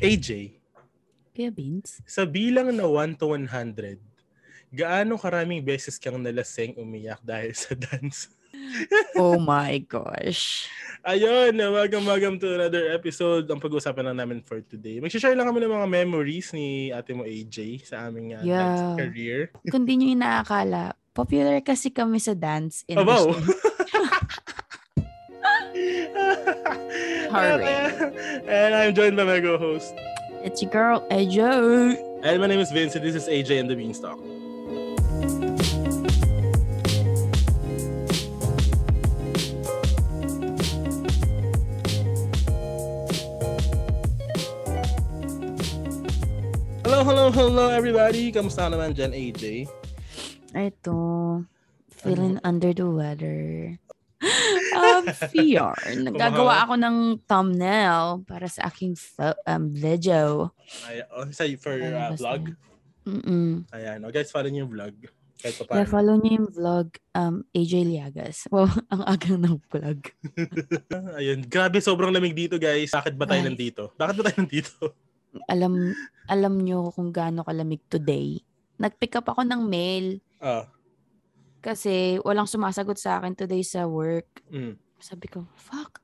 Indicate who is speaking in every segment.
Speaker 1: AJ,
Speaker 2: Kuya Beans?
Speaker 1: sa bilang na 1 to 100, gaano karaming beses kang nalaseng umiyak dahil sa dance?
Speaker 2: Oh my gosh.
Speaker 1: Ayun, welcome, welcome to another episode. Ang pag-uusapan lang namin for today. Mag-share lang kami ng mga memories ni ate mo AJ sa aming uh, dance
Speaker 2: Yeah.
Speaker 1: career.
Speaker 2: Kung di nyo inaakala, popular kasi kami sa dance
Speaker 1: Oh, wow.
Speaker 2: industry. Harvey.
Speaker 1: And- uh, And I'm joined by my co-host.
Speaker 2: It's your girl, Ejo.
Speaker 1: And my name is Vince and this is AJ and the Beanstalk. Hello, hello, hello everybody. Kamusta naman dyan, AJ?
Speaker 2: Ito,
Speaker 1: Ano?
Speaker 2: feeling under the weather. um, VR. Nagagawa ako ng thumbnail para sa aking fo- um, video.
Speaker 1: Ay, oh, sa for
Speaker 2: Ano
Speaker 1: uh,
Speaker 2: ba
Speaker 1: vlog.
Speaker 2: Mm-mm.
Speaker 1: Ayan, oh, guys, follow niyo yung vlog. Kahit pa
Speaker 2: Kaya
Speaker 1: paano.
Speaker 2: follow niyo yung vlog um, AJ Liagas. Wow, ang aga ng vlog.
Speaker 1: Ayun, grabe, sobrang lamig dito, guys. Bakit ba tayo
Speaker 2: Guys.
Speaker 1: nandito? Bakit ba tayo nandito?
Speaker 2: Alam, alam niyo kung gaano kalamig today. Nag-pick up ako ng mail
Speaker 1: Ah,
Speaker 2: kasi walang sumasagot sa akin today sa work.
Speaker 1: mm.
Speaker 2: Sabi ko, fuck.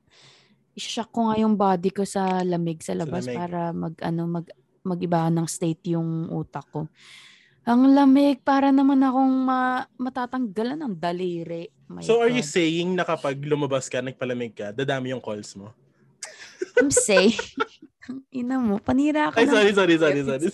Speaker 2: Ishock ko nga yung body ko sa lamig sa labas
Speaker 1: lamig.
Speaker 2: para mag ano mag magiba ng state yung utak ko. Ang lamig para naman akong ma- matatanggalan ng daliri. My
Speaker 1: So are you
Speaker 2: God.
Speaker 1: saying na kapag lumabas ka, nagpalamig ka, dadami yung calls mo?
Speaker 2: I'm saying. Ang ina mo, panira ka
Speaker 1: Ay,
Speaker 2: ng-
Speaker 1: sorry, sorry, sorry, sorry.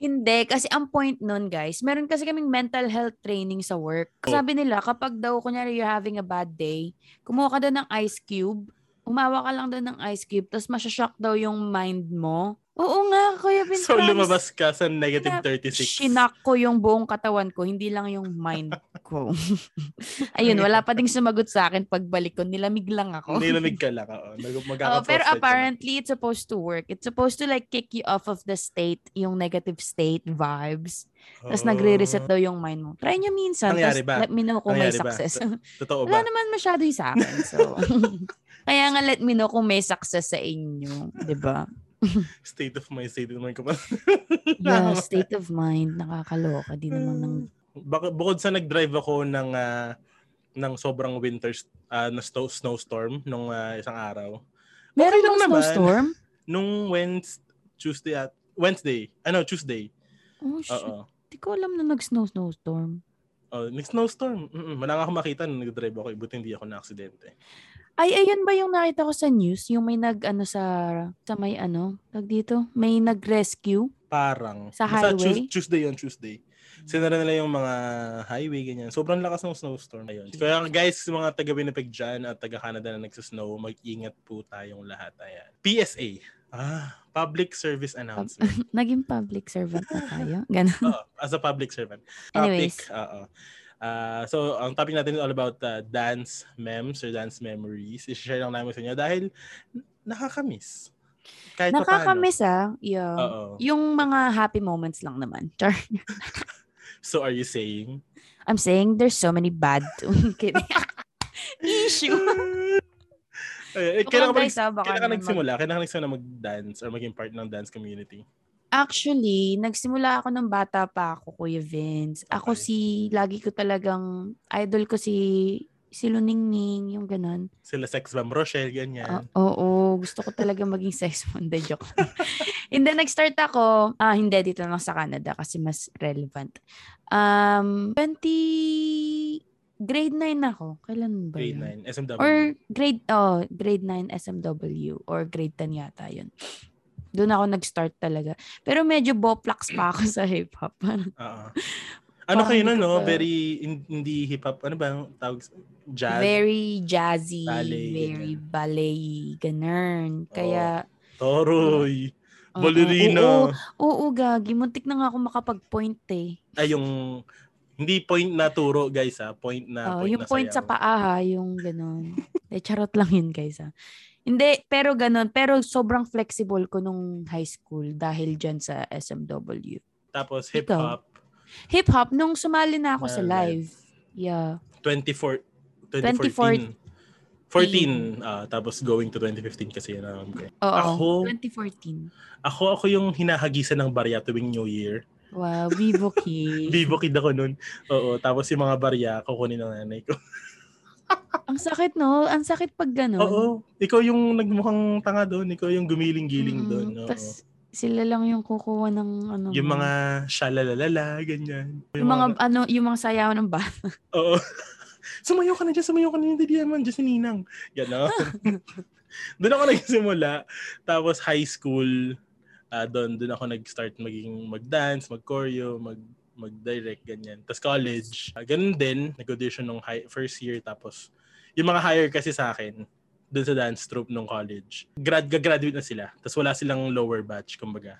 Speaker 2: Hindi, kasi ang point nun, guys, meron kasi kaming mental health training sa work.
Speaker 1: Oh.
Speaker 2: Sabi nila, kapag daw, kunyari, you're having a bad day, kumuha ka daw ng ice cube, umawa ka lang daw ng ice cube, tapos masyashock daw yung mind mo. Oo nga, Kuya Bin.
Speaker 1: So
Speaker 2: promise.
Speaker 1: lumabas ka sa negative
Speaker 2: Shinap-
Speaker 1: 36.
Speaker 2: Shinak ko yung buong katawan ko, hindi lang yung mind ko. Ayun, wala pa ding sumagot sa akin pagbalik ko. Nilamig lang ako.
Speaker 1: Nilamig ka lang. Oo, Nag-
Speaker 2: Oh,
Speaker 1: magkaka-frostbite
Speaker 2: pero
Speaker 1: ka na.
Speaker 2: apparently it's supposed to work. It's supposed to like kick you off of the state, yung negative state vibes. Tapos
Speaker 1: Oo.
Speaker 2: nagre-reset daw yung mind mo. Try nyo
Speaker 1: Oh.
Speaker 2: minsan. tas
Speaker 1: Nangyari ba?
Speaker 2: Let me know kung may
Speaker 1: Nangyari ba?
Speaker 2: success.
Speaker 1: Totoo
Speaker 2: Wala
Speaker 1: ba?
Speaker 2: naman masyado yung sa akin. So. Kaya nga let me know kung may success sa inyo. 'di ba?
Speaker 1: State of mind, state of mind ko pa.
Speaker 2: Yeah, state of mind. Nakakaloka. Di naman ng...
Speaker 1: Hmm. Bak- bukod sa nag-drive ako ng ah, ng sobrang winter st- ah, na sto- snowstorm nung ah, isang araw. lang
Speaker 2: Meron bang
Speaker 1: naman.
Speaker 2: snowstorm?
Speaker 1: Nung Wednesday, Tuesday at Wednesday. Ano, Tuesday.
Speaker 2: Oh, shit.
Speaker 1: Oo.
Speaker 2: Di ko alam na nag-snow snowstorm.
Speaker 1: Oh, nag-snowstorm. Mm-mm. Wala nga akong makita nung nag-drive ako. eh, Buti hindi ako na-aksidente.
Speaker 2: Ay, ayun ba yung nakita ko sa news? Yung may nag, ano, sa, sa may, ano, tag dito? May nag-rescue?
Speaker 1: Parang.
Speaker 2: Sa
Speaker 1: Basta
Speaker 2: highway?
Speaker 1: Tues- Tuesday on Tuesday. Sinara nila yung mga highway, ganyan. Sobrang lakas ng snowstorm. Ayun. Kaya guys, yung mga taga Winnipeg dyan at taga Canada na nagsasnow, mag-ingat po tayong lahat. Ayan. PSA. Ah, Public Service Announcement.
Speaker 2: Naging public servant na tayo. Ganun.
Speaker 1: Oo, as a public servant.
Speaker 2: Anyways.
Speaker 1: Topic, oo. Ah, so, ang topic natin is all about ah, dance memes or dance memories. I-share lang namin sa inyo dahil nakakamiss. Kahit pa paano.
Speaker 2: Nakakamiss ah. Yeah.
Speaker 1: Oo.
Speaker 2: Yung mga happy moments lang naman. Char.
Speaker 1: So are you saying?
Speaker 2: I'm saying there's so many bad kidding. issue.
Speaker 1: Ay, eh, kailan
Speaker 2: Joke
Speaker 1: ka,
Speaker 2: lang,
Speaker 1: ba,
Speaker 2: guys, ah,
Speaker 1: kailan ka
Speaker 2: baka naman mag-
Speaker 1: nagsimula? Kailan ka nagsimula mag-dance or maging part ng dance community?
Speaker 2: Actually, nagsimula ako ng bata pa ako, Kuya Vince. Ako
Speaker 1: Okay.
Speaker 2: si, lagi ko talagang, idol ko si, si Luningning, yung ganun.
Speaker 1: Sila Sex Bam Rochelle, ganyan.
Speaker 2: Ah, oo, gusto ko talaga maging sex Monday joke. And then nag-start ako, ah hindi dito lang sa Canada kasi mas relevant. Um 20 grade 9 ako. Kailan ba?
Speaker 1: grade
Speaker 2: yun?
Speaker 1: 9, SMW.
Speaker 2: Or grade oh, grade 9 SMW or grade 10 yata 'yun. Doon ako nag-start talaga. Pero medyo boplax pa ako sa hip-hop.
Speaker 1: Oo. Ano
Speaker 2: parang
Speaker 1: kayo nun,
Speaker 2: hindi ko
Speaker 1: no?
Speaker 2: pa-
Speaker 1: Very, hin- hindi hip-hop, ano ba yung tawag? sa- Jazz?
Speaker 2: very jazzy,
Speaker 1: Ballet,
Speaker 2: very ballet, ganun. Kaya,
Speaker 1: Toroy.
Speaker 2: oo, oo,
Speaker 1: Ballerina.
Speaker 2: Oo, gagi. Muntik na nga ako makapag-point eh.
Speaker 1: Ay, yung... Hindi point na turo, guys, ha? Point na, Ah,
Speaker 2: Oo,
Speaker 1: point
Speaker 2: yung
Speaker 1: na
Speaker 2: point sa
Speaker 1: sayaw.
Speaker 2: paa ha, yung ganun. De, charot lang yun, guys ha. Hindi, pero ganun. Pero sobrang flexible ko nung high school dahil dyan sa SMW.
Speaker 1: Tapos
Speaker 2: Ikaw.
Speaker 1: hip-hop,
Speaker 2: Hip-hop, nung sumali na ako sa
Speaker 1: Ah, live.
Speaker 2: live. Yeah.
Speaker 1: 24, 2014. 14, ah, tapos going to 2015 kasi yun ang grade. Ako-
Speaker 2: Oo. 2014.
Speaker 1: Ako, ako yung hinahagisan ng barya tuwing New Year.
Speaker 2: Wow, Vivo Key.
Speaker 1: Bibo kid ako nun. Oo, tapos yung mga barya, kukunin ng nanay ko.
Speaker 2: ang sakit, no? Ang sakit pag gano'n.
Speaker 1: Oo, ikaw yung nagmukhang tanga doon. Ikaw yung gumiling-giling
Speaker 2: Mm-hmm.
Speaker 1: doon. oo.
Speaker 2: Tapos sila lang yung kukuha ng ano.
Speaker 1: Yung mga shalalalala, ganyan.
Speaker 2: yung mga ano, yung mga sayaw ng bath.
Speaker 1: Oo. sumayo ka na dyan, sumayo ka na dyan, hindi naman dyan si Ninang. Gano'n. doon ako nagsimula. Tapos high school, ah doon, doon ako nag-start maging mag-dance, mag-choreo, mag mag-direct, ganyan. Tapos college, ah, ganun din, nag-audition nung hi- first year, tapos yung mga hire kasi sa akin, doon sa dance troupe nung college, grad, gagraduate na sila. Tapos wala silang lower batch, kumbaga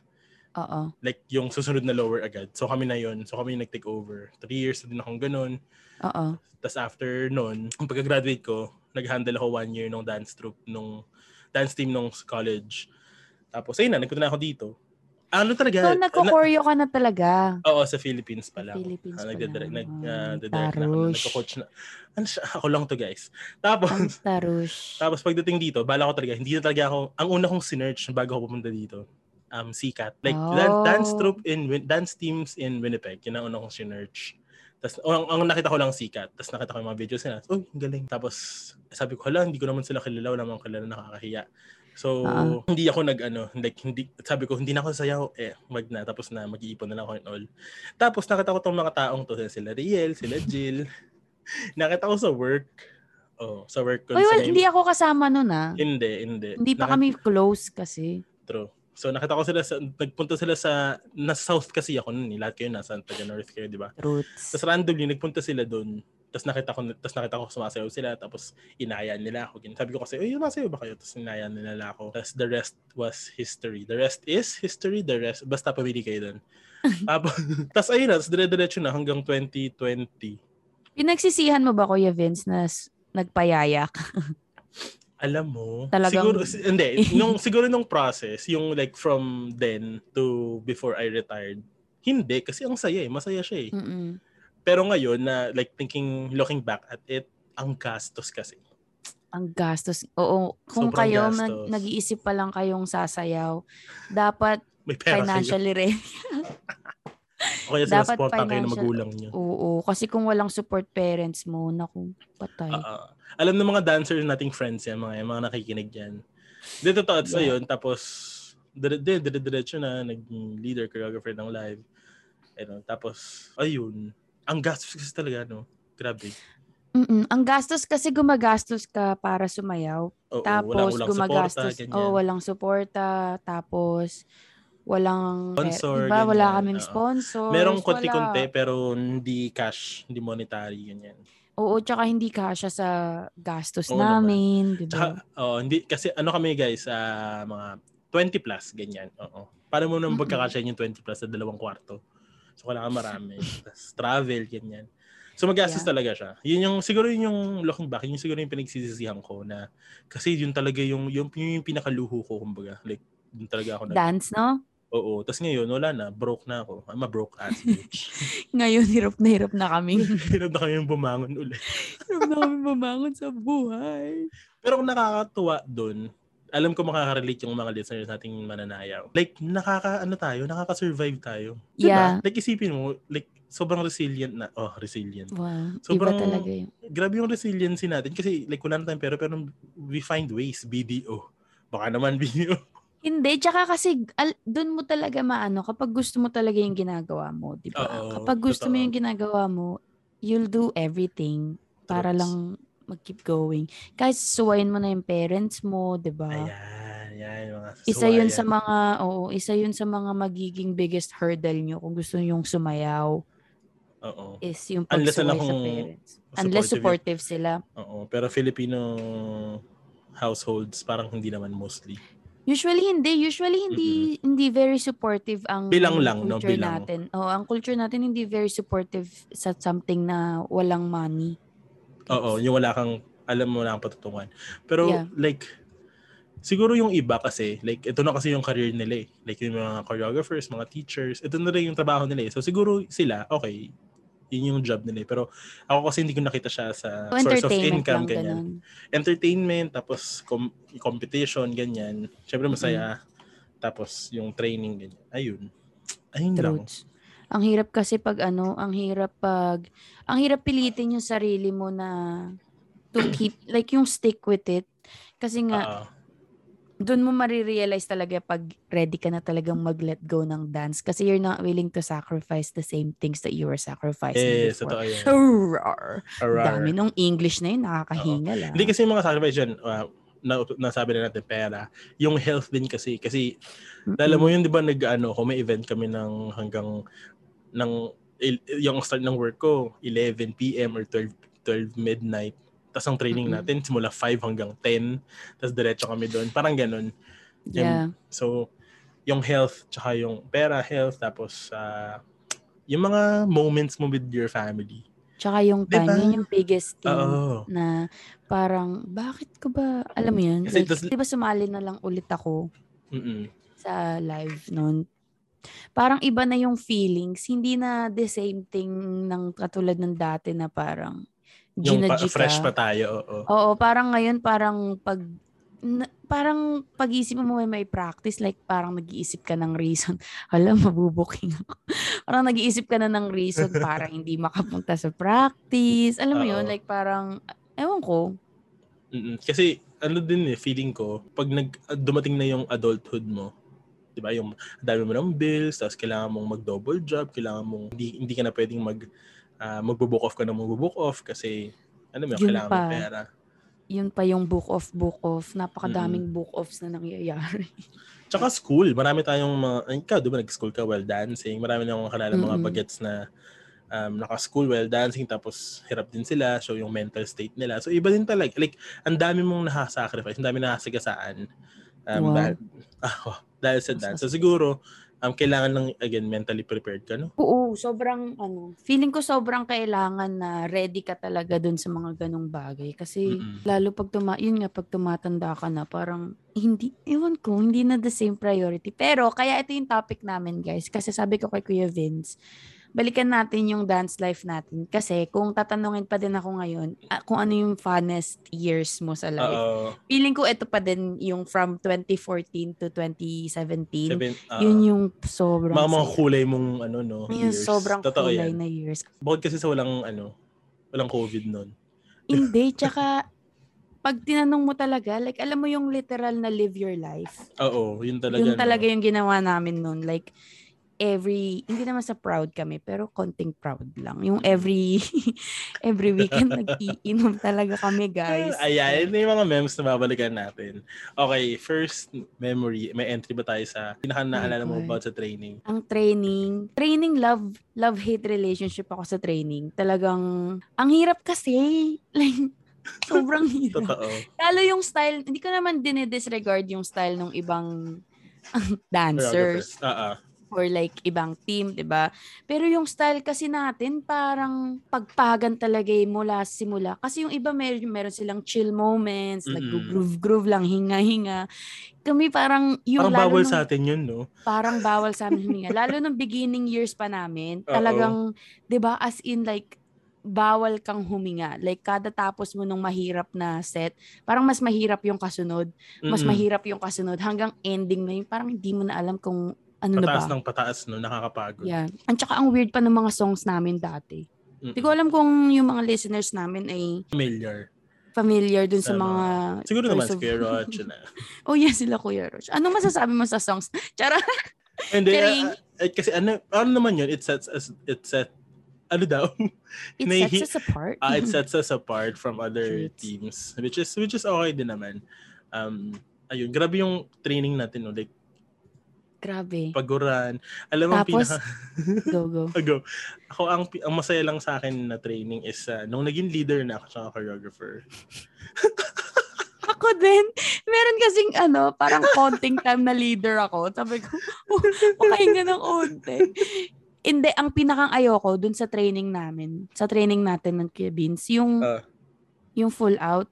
Speaker 2: Oo.
Speaker 1: like yung susunod na lower agad. So kami na yon So kami yung nag-take over. Three years na din akong ganun.
Speaker 2: Oo.
Speaker 1: Tapos after nun, ang pagka-graduate ko, nag-handle ako one year nung dance troupe, nung dance team nung college. Tapos ayun na, nagpunta na ako dito. Ano talaga?
Speaker 2: So, nagko-choreo ka na talaga.
Speaker 1: Oo, sa Philippines pa lang.
Speaker 2: Philippines
Speaker 1: Ah,
Speaker 2: pa
Speaker 1: nagdidirect-
Speaker 2: lang.
Speaker 1: nag,
Speaker 2: Ah,
Speaker 1: ah, didirect na ako. nun.
Speaker 2: tarush.
Speaker 1: Nagko-coach na. Ano siya? Ako lang to guys. Tapos,
Speaker 2: Ang tarush.
Speaker 1: tapos pagdating dito, bala ko talaga, hindi na talaga ako, ang una kong sinerch bago ako pumunta dito, um, CCAT. Like, dan-
Speaker 2: Oh.
Speaker 1: dance troupe in, Win- dance teams in Winnipeg, yun ang una kong sinerch. Tapos, ang, ang nakita ko lang CCAT. Tapos nakita ko yung mga videos nila. Uy, ang galing. Tapos, sabi ko, hala, hindi ko naman sila kilala. Wala naman kilala, nakakahiya. So,
Speaker 2: Ah.
Speaker 1: hindi ako nag, ano, like, hindi, sabi ko, hindi na ako sayaw, eh, wag na, tapos na, mag-iipon na lang ako and all. Tapos, nakita ko tong mga taong to, sila Riel, sila Jill, nakita ko sa work, oh, sa work ko.
Speaker 2: Uy,
Speaker 1: sa
Speaker 2: well,
Speaker 1: may-
Speaker 2: hindi ako kasama nun ah.
Speaker 1: hindi, hindi.
Speaker 2: Hindi pa
Speaker 1: Naka-
Speaker 2: kami close kasi.
Speaker 1: True. So nakita ko sila, sa, nagpunta sila sa, nasa south kasi ako nun, eh. lahat kayo nasa taga north kayo, di ba?
Speaker 2: Roots.
Speaker 1: Tapos randomly, nagpunta sila doon. Tapos nakita ko, tapos nakita ko sumasayaw sila, tapos inaya nila ako. Ganun. Sabi ko kasi, uy, sumasayaw ba kayo? Tapos inaya nila ako. Tapos the rest was history. The rest is history, the rest, basta pamili kayo doon. tapos, tapos ayun na, tapos dire-diretso na hanggang 2020.
Speaker 2: Pinagsisihan mo ba, Kuya Vince, na s- nagpayaya ka?
Speaker 1: Alam mo,
Speaker 2: Talagang-
Speaker 1: siguro si- hindi nung siguro nung process, yung like from then to before I retired. Hindi kasi ang saya eh, masaya siya eh.
Speaker 2: Mm-mm.
Speaker 1: Pero ngayon na like thinking looking back at it, ang gastos kasi.
Speaker 2: Ang gastos. Oo, kung
Speaker 1: Sobrang
Speaker 2: kayo
Speaker 1: gastos.
Speaker 2: nag- nag-iisip pa lang kayong sasayaw, dapat
Speaker 1: May pera kayo.
Speaker 2: financially ready.
Speaker 1: O kaya
Speaker 2: dapat
Speaker 1: sinusuportahan kayo ng
Speaker 2: financial.
Speaker 1: magulang niyo.
Speaker 2: Oo, kasi kung walang support parents mo, naku, patay.
Speaker 1: Ah, ah. alam ng mga dancers nating friends yan, mga, yung mga nakikinig yan. Di totoo, so
Speaker 2: Yeah.
Speaker 1: yun, tapos dire- di- dire-diretso na, naging leader, choreographer ng live. Ano, tapos, ayun, ang gastos kasi talaga, no? Grabe.
Speaker 2: Mm-mm. Ang gastos kasi gumagastos ka para sumayaw.
Speaker 1: Oo,
Speaker 2: Tapos
Speaker 1: walang-walang
Speaker 2: gumagastos,
Speaker 1: suporta, ganyan.
Speaker 2: oh, walang suporta, tapos walang
Speaker 1: Sponsor,
Speaker 2: diba, wala
Speaker 1: ganyan,
Speaker 2: kaming
Speaker 1: oo.
Speaker 2: sponsors.
Speaker 1: Merong
Speaker 2: wala.
Speaker 1: konti-konti pero hindi cash, hindi monetary, ganyan.
Speaker 2: Oo, tsaka hindi kasya sa gastos
Speaker 1: Oo naman.
Speaker 2: namin, di ba?
Speaker 1: Tsaka, oo, hindi, kasi ano kami guys, ah, mga 20 plus, ganyan. Oo. Para mo nang
Speaker 2: Mm-mm.
Speaker 1: pagkakasya yung 20 plus sa dalawang kwarto. So, kailangan marami. Tapos, travel, ganyan. So, magastos
Speaker 2: Yeah.
Speaker 1: talaga siya. Yun yung, siguro yun yung looking back, yun yung siguro yung pinagsisisihan ko na, kasi yun talaga yung, yung, yung pinakaluho ko, kumbaga. Like, yun talaga ako nag,
Speaker 2: Dance, no?
Speaker 1: oo. Tapos ngayon, wala na, broke na ako. I'm a broke ass bitch.
Speaker 2: Ngayon, hirap na hirap na kami.
Speaker 1: Hirap na kami bumangon ulit.
Speaker 2: hirap na kami bumangon sa buhay.
Speaker 1: Pero kung nakakatuwa doon, alam ko makaka-relate yung mga listeners nating mananayaw. Like, nakaka, ano tayo, nakaka-survive tayo. Di
Speaker 2: Yeah.
Speaker 1: ba? Like, isipin mo, like, sobrang resilient na. Oh, resilient.
Speaker 2: Wow,
Speaker 1: Sobrang-
Speaker 2: iba talaga yun.
Speaker 1: Grabe yung resiliency natin kasi, like, wala na tayong pera, pero we find ways, BDO. Baka naman BDO.
Speaker 2: Hindi, tsaka kasi al, dun mo talaga maano kapag gusto mo talaga yung ginagawa mo, di ba?
Speaker 1: Oo,
Speaker 2: kapag gusto mo
Speaker 1: totoo.
Speaker 2: yung ginagawa mo, you'll do everything para
Speaker 1: Troops.
Speaker 2: lang mag-keep going. Kahit suwayin mo na yung parents mo, di ba?
Speaker 1: Ayan, ayan, yung mga
Speaker 2: ah, Isa
Speaker 1: susuwayan.
Speaker 2: yun sa mga, oo, isa yun sa mga magiging biggest hurdle nyo kung gusto nyo yung sumayaw
Speaker 1: Oo.
Speaker 2: is yung
Speaker 1: Unless
Speaker 2: pagsuway
Speaker 1: alam
Speaker 2: sa
Speaker 1: kong
Speaker 2: parents. Unless
Speaker 1: supportive
Speaker 2: supportive sila.
Speaker 1: yun. Oo, pero Filipino households, parang hindi naman mostly.
Speaker 2: Usually hindi, usually hindi hindi very supportive ang
Speaker 1: Bilang lang, no?
Speaker 2: culture
Speaker 1: Bilang.
Speaker 2: natin. Oh, ang culture natin hindi very supportive sa something na walang money.
Speaker 1: Oo, yung wala kang, alam mo wala kang patutunguhan. Pero
Speaker 2: Yeah.
Speaker 1: like, siguro yung iba kasi, like, ito na kasi yung career nila eh. Like, yung mga choreographers, mga teachers, ito na rin yung trabaho nila eh. So siguro sila, okay, Yun yung job nila eh. Pero ako kasi hindi ko nakita siya sa
Speaker 2: So,
Speaker 1: source of
Speaker 2: Oh, entertainment
Speaker 1: income,
Speaker 2: lang,
Speaker 1: ganyan.
Speaker 2: ganun.
Speaker 1: Entertainment, tapos com- competition, ganyan. Siyempre masaya.
Speaker 2: Mm-hmm.
Speaker 1: Tapos yung training, ganyan. Ayun. Ayun lang.
Speaker 2: Truths. Ang hirap kasi pag ano, ang hirap pag, ang hirap pilitin yung sarili mo na to keep, like yung stick with it. Kasi nga,
Speaker 1: Oo.
Speaker 2: doon mo marirealize talaga pag ready ka na talagang mag-let go ng dance kasi you're not willing to sacrifice the same things that you were
Speaker 1: Eh,
Speaker 2: sacrificing
Speaker 1: sa
Speaker 2: before.
Speaker 1: totoo yan.
Speaker 2: Roar.
Speaker 1: Arar.
Speaker 2: Dami nung English na yun, ah. nakakahinga lang.
Speaker 1: Hindi kasi yung mga sacrifice dyan, uh, na, nasabi na natin pera, yung health din kasi. Kasi, alam mo um, yun, di ba, nag-ano, kung may event kami ng hanggang, ng, il- yung start ng work ko, 11 p.m. or 12, 12 midnight. Tapos ang training
Speaker 2: Mm-mm.
Speaker 1: natin, simula 5 hanggang 10. Tapos diretso kami doon. Parang ganun.
Speaker 2: Yeah.
Speaker 1: So, yung health, tsaka yung pera, health, tapos, ah, yung mga moments mo with your family.
Speaker 2: Tsaka yung time,
Speaker 1: Diba?
Speaker 2: yun yung biggest thing
Speaker 1: Oo.
Speaker 2: na parang, bakit ko ba, alam mo yun,
Speaker 1: Kasi
Speaker 2: like,
Speaker 1: tas-
Speaker 2: di ba sumali na lang ulit ako
Speaker 1: Mm-mm.
Speaker 2: sa live noon? Parang iba na yung feelings, hindi na the same thing ng katulad ng dati na parang,
Speaker 1: Yung pa-
Speaker 2: ginaji ka.
Speaker 1: fresh pa tayo, oo.
Speaker 2: Oo, parang ngayon parang pag na- parang pag-isip mo may may practice like parang nag-iisip ka ng reason. Hala, mabubuking ako. parang nag-iisip ka na ng reason para hindi makapunta sa practice. Alam mo 'yun,
Speaker 1: Oo.
Speaker 2: like parang ewan ko.
Speaker 1: mm Kasi ano din eh, feeling ko, pag nag, dumating na yung adulthood mo, di ba, yung dami mo ng bills, tapos kailangan mong mag-double job, kailangan mong, hindi, hindi ka na pwedeng mag, ah, magbo-book off ka na magbo-book off kasi, ano mo,
Speaker 2: Yun
Speaker 1: kailangan mo
Speaker 2: pa.
Speaker 1: pera.
Speaker 2: 'Yun pa yung book off book off. Napakadaming book offs na nangyayari.
Speaker 1: Tsaka school, marami tayong mga, ay, ikaw, di ba, nag-school ka while dancing, marami na akong kakilala mga
Speaker 2: Mm-mm.
Speaker 1: bagets na um, naka-school while dancing, tapos hirap din sila, so yung mental state nila. So iba din talaga, like, ang dami mong nakasacrifice, ang dami nakasagasaan. Um,
Speaker 2: Wow.
Speaker 1: dahil, ah, wow, dahil sa
Speaker 2: Mas-
Speaker 1: dance. So siguro, um, kailangan lang, again, mentally prepared ka, no?
Speaker 2: Oo, sobrang ano, feeling ko sobrang kailangan na ready ka talaga dun sa mga ganong bagay kasi
Speaker 1: Mm-mm.
Speaker 2: Lalo pag tuma, yun nga, pag tumatanda ka na, parang hindi, ewan ko, hindi na the same priority. Pero, kaya ito yung topic namin, guys. Kasi sabi ko kay Kuya Vince, balikan natin yung dance life natin. Kasi, kung tatanungin pa din ako ngayon, ah, kung ano yung funnest years mo sa life.
Speaker 1: Oo.
Speaker 2: Feeling ko ito pa din yung from 2014 to 2017.
Speaker 1: Seven, ah,
Speaker 2: yun yung sobrang,
Speaker 1: mga mga kulay mong, ano, no?
Speaker 2: yung
Speaker 1: years.
Speaker 2: sobrang
Speaker 1: Totoo
Speaker 2: kulay
Speaker 1: yan.
Speaker 2: na years.
Speaker 1: Bukod kasi sa walang, ano, walang COVID nun.
Speaker 2: Hindi, tsaka, pag tinanong mo talaga, like, alam mo yung literal na live your life.
Speaker 1: Oo, yun talaga.
Speaker 2: Yung talaga
Speaker 1: no?
Speaker 2: yung ginawa namin noon. Like, every, hindi naman sa proud kami, pero konting proud lang.
Speaker 1: Mm.
Speaker 2: Yung every, every weekend nag-iinom talaga kami, guys.
Speaker 1: Ayan, ito yung mga memes na babalikan natin. Okay, first memory, may entry ba tayo sa pinaka naalala mo
Speaker 2: God.
Speaker 1: about sa training?
Speaker 2: Ang training, training love, love-hate relationship ako sa training. Talagang, ang hirap kasi. Like, sobrang hirap.
Speaker 1: Totoo.
Speaker 2: Lalo yung style, hindi ko naman dinidisregard yung style ng ibang dancers
Speaker 1: Choreographers. Ah, ah.
Speaker 2: or like ibang team, 'di ba? Pero yung style kasi natin parang pagpagan talaga eh, mula simula kasi yung iba meron meron silang chill moments,
Speaker 1: Mm-mm.
Speaker 2: nag-groove-groove lang, hinga-hinga. Kami parang yung
Speaker 1: Parang
Speaker 2: lalo
Speaker 1: bawal
Speaker 2: nung-
Speaker 1: sa atin yun, no?
Speaker 2: parang bawal sa amin huminga. Lalo nung beginning years pa namin,
Speaker 1: Oo.
Speaker 2: talagang, di ba, as in like, bawal kang huminga. Like, kada tapos mo nung mahirap na set, parang mas mahirap yung kasunod. Mas
Speaker 1: Mm-mm.
Speaker 2: mahirap yung kasunod. Hanggang ending na yun, parang hindi mo na alam kung ano na ba.
Speaker 1: Pataas ng pataas, no? Nakakapagod.
Speaker 2: Yeah. At saka ang weird pa ng mga songs namin dati.
Speaker 1: Mm-mm.
Speaker 2: Hindi ko alam kung yung mga listeners namin ay
Speaker 1: Familiar.
Speaker 2: familiar dun sa
Speaker 1: Sa
Speaker 2: mga...
Speaker 1: Siguro naman,
Speaker 2: choice of-
Speaker 1: Square Roach na.
Speaker 2: Oh yeah, sila Kuya Roach. Anong masasabi mo sa songs? Chara!
Speaker 1: Hindi,
Speaker 2: Kidding.
Speaker 1: ah, ah, eh, kasi ano, ano naman yun? It sets us, it set, ano daw?
Speaker 2: It
Speaker 1: Nahi-
Speaker 2: sets us apart.
Speaker 1: Ah, it sets us apart from other
Speaker 2: Treats.
Speaker 1: teams which is which is okay din naman um ayun grabe yung training natin no like
Speaker 2: Grabe.
Speaker 1: paguran alam mo ang
Speaker 2: Tapos,
Speaker 1: pinaka
Speaker 2: Go, go.
Speaker 1: Ago. Ako, ang, pi- ang masaya lang sa akin na training is ah, nung naging leader na ako sa choreographer.
Speaker 2: Ako din. Meron kasing ano, parang konting time na leader ako. Sabi ko, oh, makahinga ng onte. Hindi, ang pinakang ayoko dun sa training namin, sa training natin ng Kuya Beans, yung,
Speaker 1: Ah.
Speaker 2: yung full out,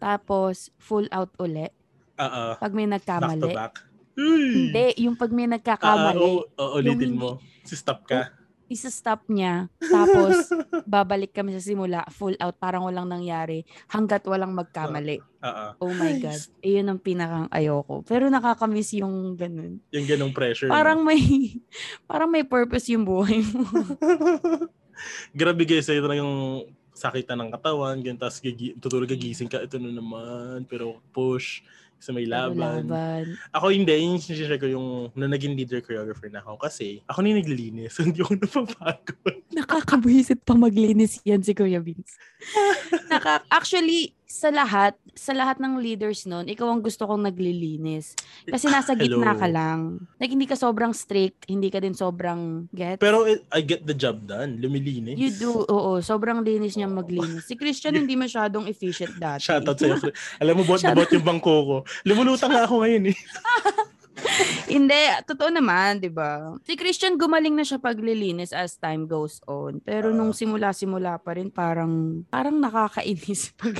Speaker 2: tapos full out uli,
Speaker 1: Ah, ah,
Speaker 2: pag may
Speaker 1: back to
Speaker 2: nagkamali.
Speaker 1: back. Uy!
Speaker 2: Hindi, yung pag may
Speaker 1: Ah, ah,
Speaker 2: nagkakamali,
Speaker 1: oo, oo, ulitin
Speaker 2: Yung
Speaker 1: mo. Si stop ka.
Speaker 2: isa-stop niya. Tapos, babalik kami sa simula, full out, parang walang nangyari, hanggat walang magkamali.
Speaker 1: Oo.
Speaker 2: Oh my
Speaker 1: Nice.
Speaker 2: God. Iyon ang pinakang ayoko. Pero nakakamiss yung ganun.
Speaker 1: Yung ganong pressure. no?
Speaker 2: Parang may, parang may purpose yung buhay mo.
Speaker 1: Grabe guys, sa'yo talagang sakitan ng katawan, ganyan, tapos gigi- tutulog gagising ka, ito na naman, pero push, sa may
Speaker 2: Pero
Speaker 1: laban.
Speaker 2: laban.
Speaker 1: Ako hindi, yun yung sinishare ko yung na naging leader choreographer na ako kasi ako na yung naglilinis, hindi ako napapagod.
Speaker 2: Nakakabuhisit pa maglinis yan si Kuya Vince. Nakak- Actually, sa lahat, sa lahat ng leaders nun, ikaw ang gusto kong naglilinis. Kasi nasa
Speaker 1: Ah,
Speaker 2: gitna
Speaker 1: Hello.
Speaker 2: ka lang. Like, hindi ka sobrang strict, hindi ka din sobrang get.
Speaker 1: Pero it- I get the job done, lumilinis.
Speaker 2: You do, oo. Sobrang linis niya
Speaker 1: Oo.
Speaker 2: maglinis. Si Christian hindi masyadong efficient dati.
Speaker 1: Shoutout sa'yo. Chris. Alam mo, bot na
Speaker 2: Shout-
Speaker 1: bot yung bangko ko. Lumulutang nga ako ngayon eh.
Speaker 2: Hindi, totoo naman, 'di ba? Si Christian gumaling na siya paglilinis as time goes on. Pero nung simula-simula pa rin parang parang nakakainis pag,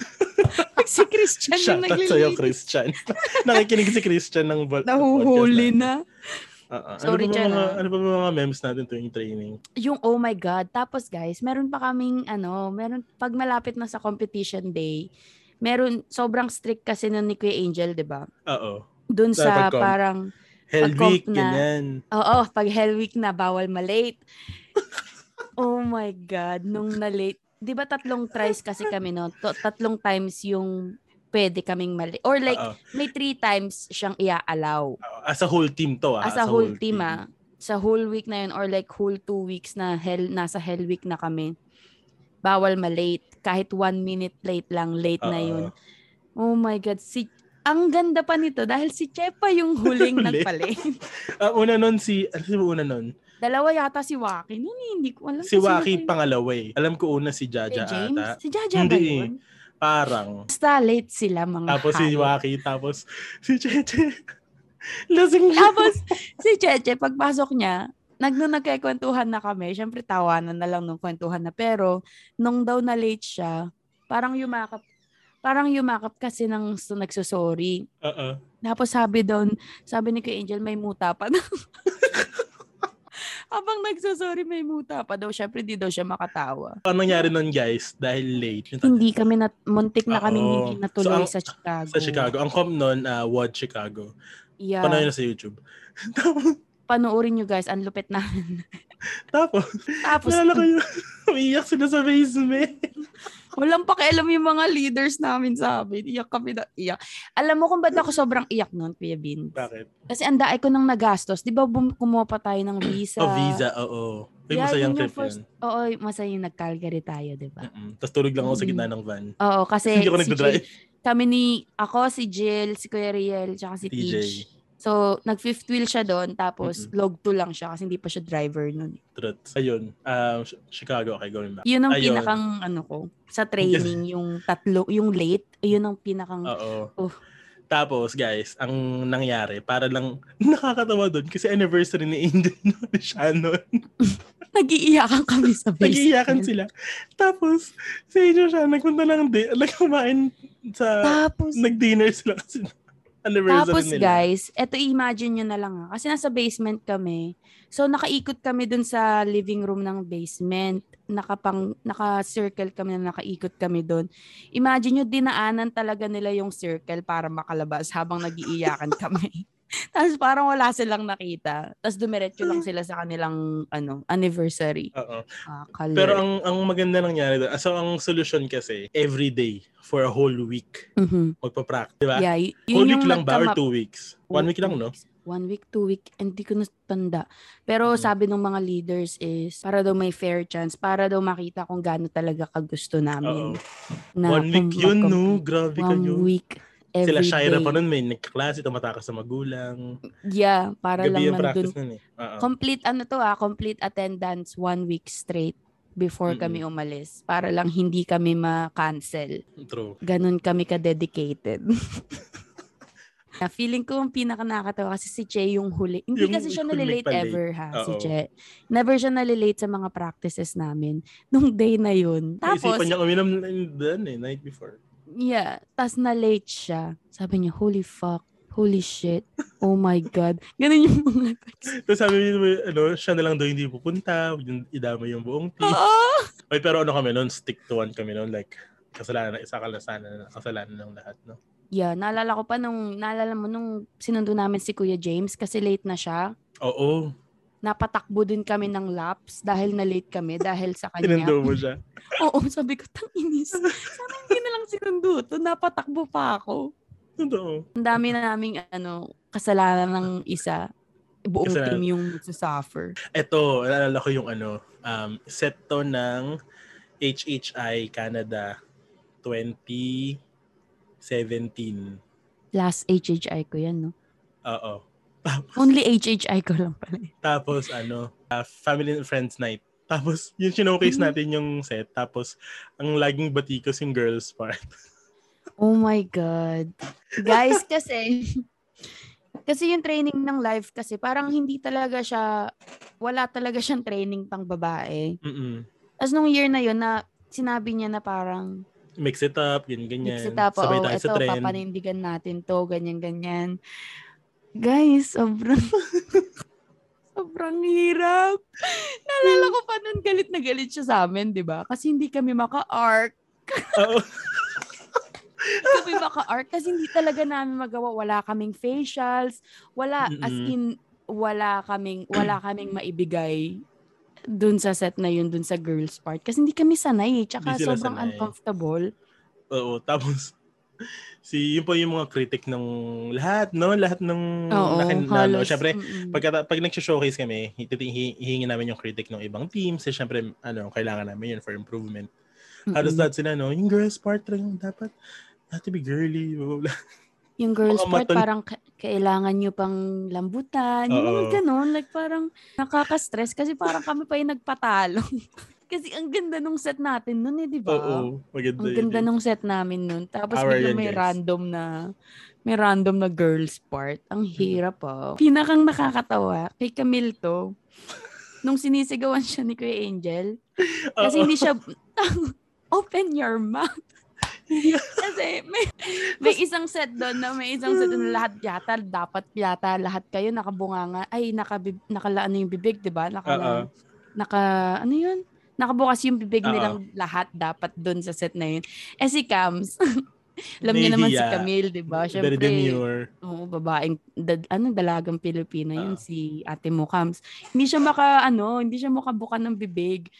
Speaker 2: pag si Christian yung
Speaker 1: Shoutout sa'yo,
Speaker 2: naglilinis.
Speaker 1: Christian. Nakikinig si Christian ng bot.
Speaker 2: Nahuhuli na.
Speaker 1: Sorry, ano ba,
Speaker 2: Sorry,
Speaker 1: ba
Speaker 2: Jen,
Speaker 1: mga,
Speaker 2: ah.
Speaker 1: ano ba ba mga memes natin tuwing training?
Speaker 2: Yung oh my god. Tapos guys, meron pa kaming ano, meron pag malapit na sa competition day, meron sobrang strict kasi nun ni Kuya Angel, 'di ba?
Speaker 1: Oo.
Speaker 2: Doon
Speaker 1: Sa
Speaker 2: sa
Speaker 1: pag-comp.
Speaker 2: parang
Speaker 1: Hell
Speaker 2: Pag-comp
Speaker 1: week,
Speaker 2: na.
Speaker 1: ganyan.
Speaker 2: Oo, pag hell week na, bawal malate. oh my God, nung na-late. Di ba tatlong tries kasi kami, no? To- tatlong times yung pwede kaming mali. Or like,
Speaker 1: Oo.
Speaker 2: may three times siyang ia-allow.
Speaker 1: As a whole team to ah.
Speaker 2: As a whole team, ah. Sa whole week na yun, or like whole two weeks na hell, nasa hell week na kami, bawal malate. Kahit one minute late lang, late na
Speaker 1: Oo.
Speaker 2: yun. Oh my God, si... Ang ganda pa nito dahil si Chepa yung huling
Speaker 1: Huli.
Speaker 2: nagpalate.
Speaker 1: Ah, una nun si, ano si una nun?
Speaker 2: Dalawa yata si Waki. Noon eh, hindi ko alam.
Speaker 1: Si
Speaker 2: kung sino
Speaker 1: Waki
Speaker 2: ba yun.
Speaker 1: pangalawa eh. Alam ko una si
Speaker 2: Si
Speaker 1: Jaja
Speaker 2: James?
Speaker 1: ata.
Speaker 2: Si Jaja ba
Speaker 1: Hindi
Speaker 2: yun?
Speaker 1: Parang.
Speaker 2: Basta late sila mga
Speaker 1: Tapos si
Speaker 2: hayop.
Speaker 1: Waki, tapos si Cheche. Lasing na.
Speaker 2: Tapos si Cheche, pagpasok niya, nag nung nagkikwentuhan na kami, syempre tawanan na lang nung kwentuhan na. Pero nung daw na late siya, parang yumakap parang yumakap kasi nang s- nagsusorry.
Speaker 1: Oo.
Speaker 2: Tapos sabi daw, sabi ni Kuya Angel, may muta pa daw. Habang nagsusorry, may muta pa daw. Syempre, di daw siya makatawa.
Speaker 1: Ano nangyari nun guys? Dahil late. Yung tatlo
Speaker 2: hindi kami nat muntik na kami
Speaker 1: Oo.
Speaker 2: hindi natuloy
Speaker 1: So,
Speaker 2: sa Chicago.
Speaker 1: Sa Chicago. Ang comp nun, uh, WOD Chicago.
Speaker 2: Yeah.
Speaker 1: Panoy na sa YouTube.
Speaker 2: Panoorin nyo guys, ang lupit na.
Speaker 1: Tapos,
Speaker 2: Tapos,
Speaker 1: nalala ko yun. Umiiyak sila sa basement.
Speaker 2: walang pakialam yung mga leaders namin sa amin. Iyak kami na iyak. Alam mo kung ba't ako sobrang iyak noon, Kuya Bin?
Speaker 1: Bakit?
Speaker 2: Kasi ang daay ko nang nagastos. Di ba bum- kumuha pa tayo ng visa?
Speaker 1: Oh, visa, oo. Uy,
Speaker 2: Yeah,
Speaker 1: masayang
Speaker 2: yun yung
Speaker 1: trip
Speaker 2: first-
Speaker 1: yun.
Speaker 2: Oo, masaya yung nag-Calgary tayo, di ba?
Speaker 1: Mm-mm. Tapos tulog lang ako sa
Speaker 2: Mm.
Speaker 1: gitna ng van.
Speaker 2: Oo, kasi
Speaker 1: Hindi ako
Speaker 2: si
Speaker 1: nagdadrive.
Speaker 2: Jill- kami ni, ako, si Jill, si Kuya Riel, tsaka si
Speaker 1: TJ.
Speaker 2: Teach. So, nag-fifth wheel siya doon, tapos log 2 lang siya kasi hindi pa siya driver noon.
Speaker 1: Truth. Ayun. Um, Ch- Chicago, okay, going back.
Speaker 2: Yun ang
Speaker 1: Ayun.
Speaker 2: pinakang ano ko sa training yung tatlo, yung late, yun ang pinakang
Speaker 1: Oo.
Speaker 2: Oh.
Speaker 1: Tapos, guys, ang nangyari, para lang nakakatawa doon kasi anniversary ni Angel no, ni Shannon.
Speaker 2: nag-iiyakan kami sa basement.
Speaker 1: Nag-iiyakan sila. Tapos, si Angel siya, nagpunta lang, di- nagkumain sa,
Speaker 2: Tapos
Speaker 1: nag-dinner sila kasi anniversary
Speaker 2: tapos
Speaker 1: nila.
Speaker 2: guys, eto imagine nyo na lang ha. Kasi nasa basement kami. So nakaikot kami dun sa living room ng basement. Nakapang, naka-circle kami na nakaikot kami dun. Imagine nyo, dinaanan talaga nila yung circle para makalabas habang nag-iiyakan kami. Tapos parang wala silang nakita. Tapos dumiretso lang sila sa kanilang ano, anniversary.
Speaker 1: Oo.
Speaker 2: Ah, color.
Speaker 1: Pero ang ang maganda nangyari doon, so ang solution kasi, every day for a whole week,
Speaker 2: Mhm.
Speaker 1: magpa-practice, di ba?
Speaker 2: Yeah, y-
Speaker 1: whole week
Speaker 2: yun yung
Speaker 1: lang ba or
Speaker 2: nagkama-
Speaker 1: two weeks? One
Speaker 2: Oh,
Speaker 1: week lang,
Speaker 2: two
Speaker 1: no?
Speaker 2: weeks. One week, two week, hindi ko natanda. Pero
Speaker 1: Mhm.
Speaker 2: sabi ng mga leaders is, para daw may fair chance, para daw makita kung gaano talaga kagusto
Speaker 1: Oo.
Speaker 2: namin. na
Speaker 1: One week
Speaker 2: kung
Speaker 1: yun, no?
Speaker 2: mag-compete.
Speaker 1: Grabe
Speaker 2: One
Speaker 1: kayo.
Speaker 2: week, every
Speaker 1: Sila Shira
Speaker 2: day.
Speaker 1: pa nun, may nagkaklase, tumatakas sa magulang.
Speaker 2: Yeah, para
Speaker 1: Gabi
Speaker 2: lang
Speaker 1: yung
Speaker 2: nandun.
Speaker 1: practice nun eh. Oo.
Speaker 2: Complete, ano to ah, complete attendance one week straight before
Speaker 1: Mm-mm.
Speaker 2: kami umalis. Para lang hindi kami ma-cancel.
Speaker 1: True.
Speaker 2: ganun kami ka-dedicated. Na feeling ko ang pinaka nakakatawa kasi si Che yung huli. Hindi
Speaker 1: Yung
Speaker 2: kasi siya
Speaker 1: huling
Speaker 2: nalilate
Speaker 1: palate.
Speaker 2: ever ha, si
Speaker 1: Oo.
Speaker 2: Che. Never siya nalilate sa mga practices namin nung day na yun. Tapos,
Speaker 1: Naisipan niya uminom na- doon eh, night before.
Speaker 2: yeah, tas na-late siya. Sabi niya, holy fuck, holy shit, oh my God. Ganun yung mga text.
Speaker 1: Tapos sabi niya, ano, siya na lang daw hindi pupunta. Huwag niyong idama yung buong team.
Speaker 2: Oo!
Speaker 1: Ay, pero ano kami noon, stick to one kami noon. Like, kasalanan, isa kasalanan, kasalanan ng lahat, no?
Speaker 2: Yeah, naalala ko pa nung, naalala mo nung sinundo namin si Kuya James kasi late na siya.
Speaker 1: Oo,
Speaker 2: Napatakbo din kami ng laps dahil na late kami dahil sa kanya.
Speaker 1: tinundo mo siya.
Speaker 2: Oo, sabi ko, tang inis. Sana hindi na lang sinundo to. Napatakbo pa ako.
Speaker 1: Totoo.
Speaker 2: Ang dami na naming ano, kasalanan ng isa. Buong
Speaker 1: Kasalanan.
Speaker 2: team yung suffer.
Speaker 1: Eto, naalala ko yung ano, um, set to ng HHI Canada 2017.
Speaker 2: Last HHI ko yan, no?
Speaker 1: Oo.
Speaker 2: Only HHI ko lang pala.
Speaker 1: Tapos ano, uh, family and friends night. Tapos yung showcase
Speaker 2: Mm-hmm.
Speaker 1: natin yung set. Tapos ang laging batikos yung girls part.
Speaker 2: Oh my God. Guys, kasi, kasi yung training ng live kasi parang hindi talaga siya, wala talaga siyang training pang babae.
Speaker 1: Mm-mm.
Speaker 2: As nung year na yun na sinabi niya na parang
Speaker 1: Mix it up, ganyan ganyan.
Speaker 2: mix it up,
Speaker 1: Sabay
Speaker 2: oh,
Speaker 1: tayo
Speaker 2: eto,
Speaker 1: sa trend.
Speaker 2: papanindigan natin to, ganyan-ganyan. Guys, sobrang, sobrang hirap. Nalala ko pa nun, galit na galit siya sa amin, di ba? Kasi hindi kami maka-arc.
Speaker 1: Oo.
Speaker 2: kami maka-art kasi hindi talaga namin magawa. Wala kaming facials, wala, as
Speaker 1: Mm-mm.
Speaker 2: in, wala kaming, wala kaming maibigay dun sa set na yun, dun sa girls part. Kasi hindi kami sanay eh. Tsaka
Speaker 1: Hindi sila
Speaker 2: sobrang
Speaker 1: sanay.
Speaker 2: uncomfortable.
Speaker 1: Oo, tapos si yun po yung mga critic ng lahat, no? Lahat Mm, ng
Speaker 2: Oo,
Speaker 1: nakin- na, no?
Speaker 2: halos. Mm.
Speaker 1: Syempre,
Speaker 2: mm-mm.
Speaker 1: pag, pag nag-showcase kami, hiti- hihingi namin yung critic ng ibang team. Kasi syempre, ano, kailangan namin yun for improvement. Halos
Speaker 2: Mm-mm.
Speaker 1: lahat sila, no? Yung girls part lang dapat not to be girly. blah, blah, blah.
Speaker 2: Yung girls
Speaker 1: mga
Speaker 2: part,
Speaker 1: maton-
Speaker 2: parang ka- kailangan nyo pang lambutan. Yung mga
Speaker 1: Oo.
Speaker 2: ganun, like parang nakaka-stress kasi parang kami pa yung nagpatalo. kasi ang ganda nung set natin nun eh, di ba?
Speaker 1: Oo, maganda
Speaker 2: Ang
Speaker 1: yun.
Speaker 2: ganda nung set namin nun. Tapos
Speaker 1: Power yun,
Speaker 2: bigla may
Speaker 1: guys.
Speaker 2: random na may random na girls part. Ang
Speaker 1: Mm-hmm.
Speaker 2: hirap oh. Pinakang nakakatawa kay Camille to. Nung sinisigawan siya ni Kuya Angel. Kasi
Speaker 1: Oo.
Speaker 2: hindi siya open your mouth. Kasi may, may isang set doon na may isang set doon na lahat yata, dapat yata lahat kayo nakabunganga. Ay, nakabib, nakala ano yung bibig, di ba? Nakala, naka, ano yun? Nakabukas yung bibig
Speaker 1: Oo.
Speaker 2: nilang lahat dapat doon sa set na yun. Eh si Cams, alam niyo naman si
Speaker 1: Nahihiya.
Speaker 2: Camille, di ba?
Speaker 1: Very
Speaker 2: Siyempre,
Speaker 1: demure.
Speaker 2: oo, babaeng, dad, ano, dalagang Pilipina yun,
Speaker 1: Oo.
Speaker 2: si Ate Mo Cams. Hindi siya maka, ano, hindi siya makabuka ng bibig.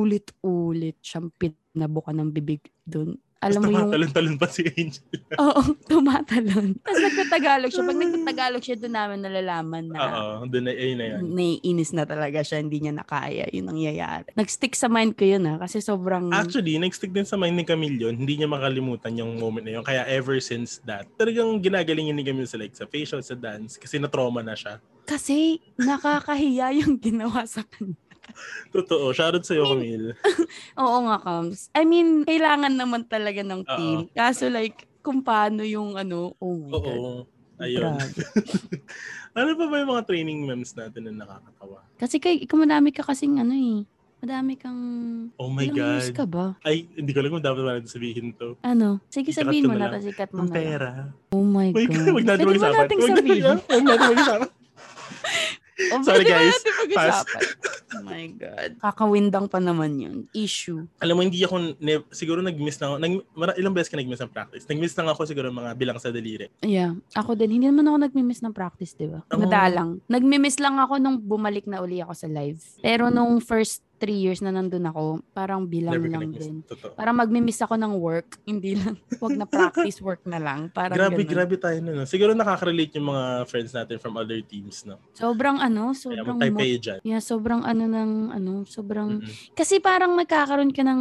Speaker 2: Paulit-ulit siyang pinabuka ng bibig doon. Alam mo yung
Speaker 1: talon pa si Angel.
Speaker 2: Oo, tumatalon. Tapos nagtatagalog siya. Pag nagtatagalog siya, doon namin nalalaman na
Speaker 1: Oo, doon na, ayun na yun.
Speaker 2: naiinis na talaga siya, hindi niya nakaya. Yun ang nangyayari. Nag-stick sa mind ko yun ha, kasi sobrang...
Speaker 1: Actually, nag-stick din sa mind ni Camille yun. Hindi niya makalimutan yung moment na yun. Kaya ever since that, talagang ginagalingin ni Camille sa like, sa facial, sa dance, kasi na-trauma na siya.
Speaker 2: kasi nakakahiya yung ginawa sa kanya.
Speaker 1: Totoo. Shoutout sa'yo, Camille.
Speaker 2: Oo nga, Kams. I mean, kailangan naman talaga ng
Speaker 1: Oo.
Speaker 2: team. Kaso like, kung paano yung ano, oh my God.
Speaker 1: Oo. Ayun.
Speaker 2: Grabe.
Speaker 1: Ano pa ba yung mga training memes natin na nakakatawa?
Speaker 2: Kasi kay, ikaw madami ka kasing ano eh. Madami kang...
Speaker 1: Oh my
Speaker 2: Ilang years
Speaker 1: God.
Speaker 2: ka ba?
Speaker 1: Ay, hindi ko alam kung dapat ba natin sabihin to.
Speaker 2: Ano? Sige,
Speaker 1: Sikat ko
Speaker 2: sabihin mo
Speaker 1: na
Speaker 2: na,
Speaker 1: lang.
Speaker 2: tapos sikat mo
Speaker 1: Ang
Speaker 2: na lang.
Speaker 1: pera.
Speaker 2: Oh my
Speaker 1: Wait,
Speaker 2: God.
Speaker 1: wag natin
Speaker 2: Pwede ba
Speaker 1: mag-isapan.
Speaker 2: nating
Speaker 1: Wag natin
Speaker 2: sabihin?
Speaker 1: Wag natin mag-isapan.
Speaker 2: Oh,
Speaker 1: Sorry,
Speaker 2: pwede ba
Speaker 1: guys.
Speaker 2: natin pag-usapan? Oh my God. Kakawindang pa naman yun. Issue.
Speaker 1: alam mo, hindi ako, ne- siguro nag-miss lang ako. Nag, mara- ilang beses ka nag-miss ng practice. Nag-miss lang ako siguro mga bilang sa daliri.
Speaker 2: Yeah. Ako din. Hindi naman ako nagmi-miss ng practice, di ba?
Speaker 1: Ako-
Speaker 2: Madalang. Nagmi-miss lang ako nung bumalik na uli ako sa live. Pero nung first three years na nandun ako, parang bilang
Speaker 1: Never ka
Speaker 2: lang
Speaker 1: nag-miss.
Speaker 2: din.
Speaker 1: Totoo.
Speaker 2: Parang magmi-miss ako ng work. Hindi lang. Huwag na practice, work na lang. Parang
Speaker 1: grabe,
Speaker 2: ganun.
Speaker 1: grabe tayo na. No? Siguro nakaka-relate yung mga friends natin from other teams, no?
Speaker 2: Sobrang
Speaker 1: Kaya
Speaker 2: ano, sobrang...
Speaker 1: mag-type
Speaker 2: mo-
Speaker 1: kayo dyan.
Speaker 2: yeah, sobrang ano ng ano, sobrang
Speaker 1: Mm-mm.
Speaker 2: Kasi parang nagkakaroon ka ng,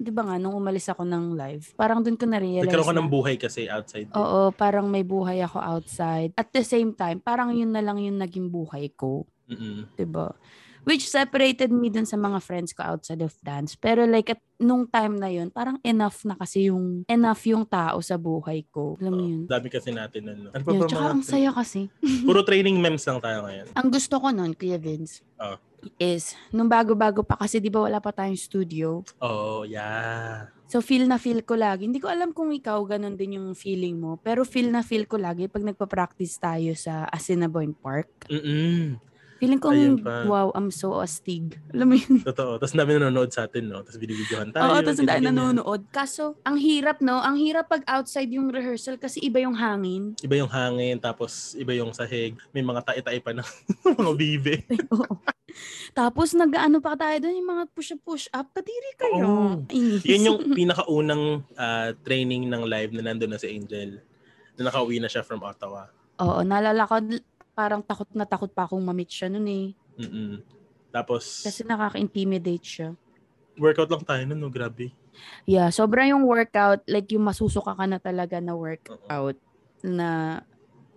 Speaker 2: di ba nga, nung umalis ako ng live, parang dun ko na-realize
Speaker 1: Nagkaroon ka ng
Speaker 2: na,
Speaker 1: buhay kasi outside. din.
Speaker 2: oo, parang may buhay ako outside. At the same time, parang yun na lang yung naging buhay ko,
Speaker 1: Mm-mm.
Speaker 2: di ba? diba? Which separated me dun sa mga friends ko outside of dance. Pero like, at nung time na yun, parang enough na kasi yung, enough yung tao sa buhay ko. Alam mo
Speaker 1: Oo,
Speaker 2: yun?
Speaker 1: Dami kasi natin nun, no? Ano pa
Speaker 2: Yeah,
Speaker 1: Oh. ba
Speaker 2: tsaka
Speaker 1: mga-
Speaker 2: ang saya kasi.
Speaker 1: Puro training memes lang tayo ngayon.
Speaker 2: Ang gusto ko nun, Kuya Vince,
Speaker 1: Ah.
Speaker 2: is, nung bago-bago pa kasi, di ba wala pa tayong studio,
Speaker 1: Oh, yeah.
Speaker 2: So feel na feel ko lagi. Hindi ko alam kung ikaw ganun din yung feeling mo, pero feel na feel ko lagi pag nagpa-practice tayo sa Assiniboine Park.
Speaker 1: Mm-mm.
Speaker 2: Feeling ko,
Speaker 1: Ayun
Speaker 2: mm,
Speaker 1: pa.
Speaker 2: wow, I'm so astig. Alam mo yun?
Speaker 1: Totoo. Tapos dami nanonood sa atin, no? Tapos binibidyohan tayo.
Speaker 2: Oo, tapos ang dami
Speaker 1: ganyan-ganyan.
Speaker 2: nanonood. Kaso, ang hirap, no? Ang hirap pag outside yung rehearsal kasi iba yung hangin.
Speaker 1: Iba yung hangin, tapos iba yung sahig. May mga tae-tae pa ng mga bibe.
Speaker 2: Oo. tapos, nag-ano pa tayo doon, yung mga push-push up. Kadiri kayo.
Speaker 1: Oo.
Speaker 2: Inis.
Speaker 1: Yun yung pinakaunang ah, training ng live na nandun na si Angel. Na nakauwi na siya from Ottawa.
Speaker 2: Oo, naalala ko, parang takot na takot pa akong mamit siya noon eh.
Speaker 1: Mm-mm. Tapos,
Speaker 2: Kasi nakaka-intimidate siya.
Speaker 1: workout lang tayo nun, no? Grabe.
Speaker 2: Yeah, sobra yung workout, like yung masusuka ka na talaga na workout na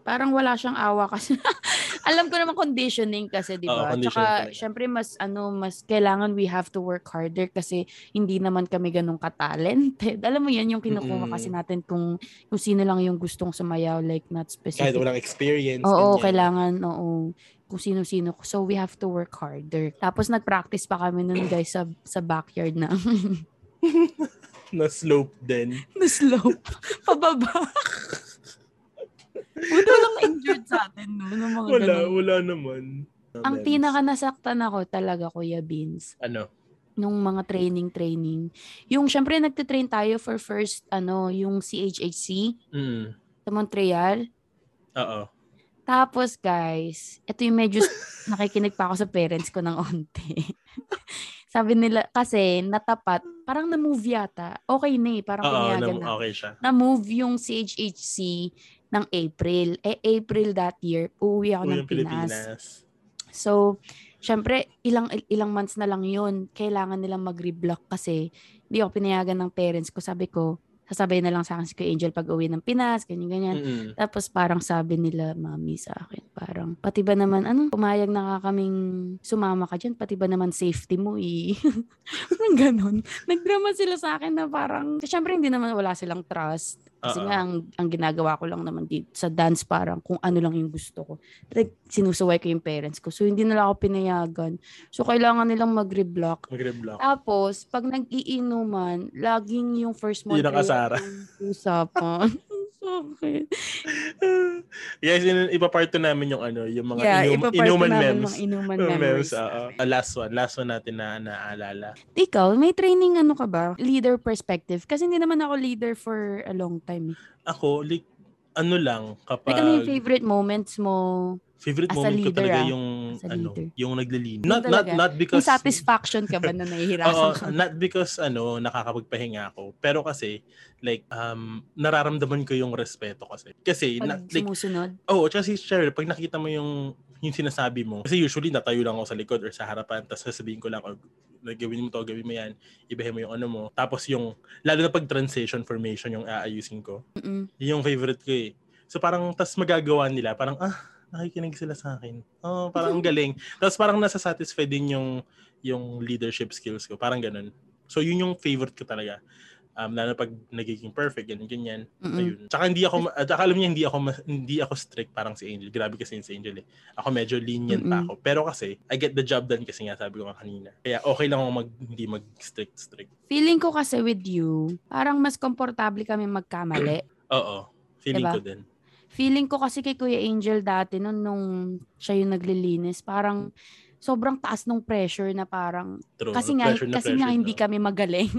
Speaker 2: parang wala siyang awa kasi alam ko naman conditioning kasi,
Speaker 1: Oo,
Speaker 2: di ba?
Speaker 1: conditioning
Speaker 2: Tsaka,
Speaker 1: talaga.
Speaker 2: syempre, mas, ano, mas kailangan we have to work harder kasi hindi naman kami ganun katalented. Alam mo yan, yung kinukuha
Speaker 1: Mm-mm.
Speaker 2: kasi natin kung, kung sino lang yung gustong sumayaw, like not specific.
Speaker 1: Kahit walang experience. eh.
Speaker 2: Oo,
Speaker 1: ganyan.
Speaker 2: kailangan, oo. Kung sino-sino. So, we have to work harder. Tapos, nag-practice pa kami nun, guys, sa, sa backyard na.
Speaker 1: Na slope din.
Speaker 2: na slope. Pababa. Buti walang injured sa atin, no? Ng mga
Speaker 1: Wala,
Speaker 2: ganun.
Speaker 1: wala naman.
Speaker 2: Ang pinaka nasaktan ako talaga, Kuya Beans,
Speaker 1: Ano?
Speaker 2: nung mga training-training. Yung, syempre, nagtitrain tayo for first, ano, yung CHHC
Speaker 1: Mm.
Speaker 2: sa Montreal.
Speaker 1: Oo.
Speaker 2: Tapos, guys, ito yung medyo nakikinig pa ako sa parents ko ng onti. Sabi nila, kasi natapat, parang na-move yata. Okay na eh, parang
Speaker 1: Oo,
Speaker 2: pinayagan na.
Speaker 1: nam- okay siya.
Speaker 2: Na-move yung CHHC ng April. Eh, April that year, uuwi ako
Speaker 1: Uwi
Speaker 2: ng
Speaker 1: ng
Speaker 2: Pinas.
Speaker 1: Pilipinas.
Speaker 2: So, syempre, ilang ilang months na lang yun. Kailangan nilang mag-reblock kasi hindi ako pinayagan ng parents ko. Sabi ko, sasabay na lang sa akin si Kuya Angel pag uwi ng Pinas, ganyan-ganyan.
Speaker 1: Mm-mm.
Speaker 2: Tapos parang sabi nila mami sa akin, parang pati ba naman anong pumayag na ka kaming sumama ka dyan, pati ba naman safety mo i. Parang ganun. Nagdrama sila sa akin na parang, syempre hindi naman wala silang trust. Kasi
Speaker 1: Oo.
Speaker 2: nga, ang, ang ginagawa ko lang naman dito sa dance parang kung ano lang yung gusto ko. Like, sinusuway ko yung parents ko. So, hindi nila ako pinayagan. So, kailangan nilang mag-reblock.
Speaker 1: Mag-reblock.
Speaker 2: Tapos, pag nag-iinuman, laging yung first
Speaker 1: Yun
Speaker 2: month
Speaker 1: ang kasara.
Speaker 2: usapan. Ang Sakit.
Speaker 1: yes, in, ipa-part two namin yung ano, yung mga inum-
Speaker 2: ipapart
Speaker 1: inuman
Speaker 2: namin
Speaker 1: memes.
Speaker 2: Mga inuman
Speaker 1: Yung memes,
Speaker 2: memories.
Speaker 1: oo. Ah, last one. Last one natin na naaalala.
Speaker 2: Ikaw, may training ano ka ba? Leader perspective. Kasi hindi naman ako leader for a long time. eh.
Speaker 1: Ako, like, ano lang, kapag...
Speaker 2: Like, ano yung favorite moments mo?
Speaker 1: favorite
Speaker 2: as a
Speaker 1: moment ko
Speaker 2: leader,
Speaker 1: talaga
Speaker 2: ah.
Speaker 1: yung,
Speaker 2: As a
Speaker 1: ano,
Speaker 2: leader.
Speaker 1: yung naglilinis.
Speaker 2: Yun
Speaker 1: Not, not,
Speaker 2: talaga.
Speaker 1: not
Speaker 2: May
Speaker 1: because...
Speaker 2: satisfaction ka ba na
Speaker 1: Oo,
Speaker 2: nahihirapan ka?
Speaker 1: not because ano, nakakapagpahinga ako. Pero kasi, like, um, nararamdaman ko yung respeto kasi. Kasi, na,
Speaker 2: Pag
Speaker 1: like,
Speaker 2: sumusunod?
Speaker 1: oh, tsaka si Cheryl, pag nakita mo yung, yung sinasabi mo, kasi usually natayo lang ako sa likod or sa harapan, tapos sasabihin ko lang, oh, like, gawin mo to, gawin mo yan, ibahin mo yung ano mo. Tapos yung, lalo na pag transition formation yung aayusin ko,
Speaker 2: Mm-mm.
Speaker 1: yun yung favorite ko eh. So parang, tas magagawa nila, parang, ah, nakikinig sila sa akin. Oh, parang ang galing. Tapos parang nasasatisfy din yung, yung leadership skills ko. Parang ganun. So yun yung favorite ko talaga. Um, lalo pag nagiging perfect, ganyan, ganyan.
Speaker 2: Mm-mm.
Speaker 1: Ayun. Tsaka hindi ako, at tsaka alam niya, hindi ako, ma- hindi ako strict parang si Angel. Grabe kasi yun si Angel eh. Ako medyo lenient pa
Speaker 2: Mm-mm.
Speaker 1: ako. Pero kasi, I get the job done kasi nga sabi ko nga kanina. Kaya okay lang ako mag, hindi mag-strict-strict.
Speaker 2: Feeling ko kasi with you, parang mas komportable kami magkamali.
Speaker 1: Oo. Feeling
Speaker 2: Diba?
Speaker 1: ko din.
Speaker 2: feeling ko kasi kay Kuya Angel dati nun, nung siya yung naglilinis, parang sobrang taas nung pressure na parang
Speaker 1: True.
Speaker 2: kasi
Speaker 1: Na
Speaker 2: nga
Speaker 1: pressure na
Speaker 2: kasi nga
Speaker 1: pressure,
Speaker 2: hindi
Speaker 1: no?
Speaker 2: kami magaling.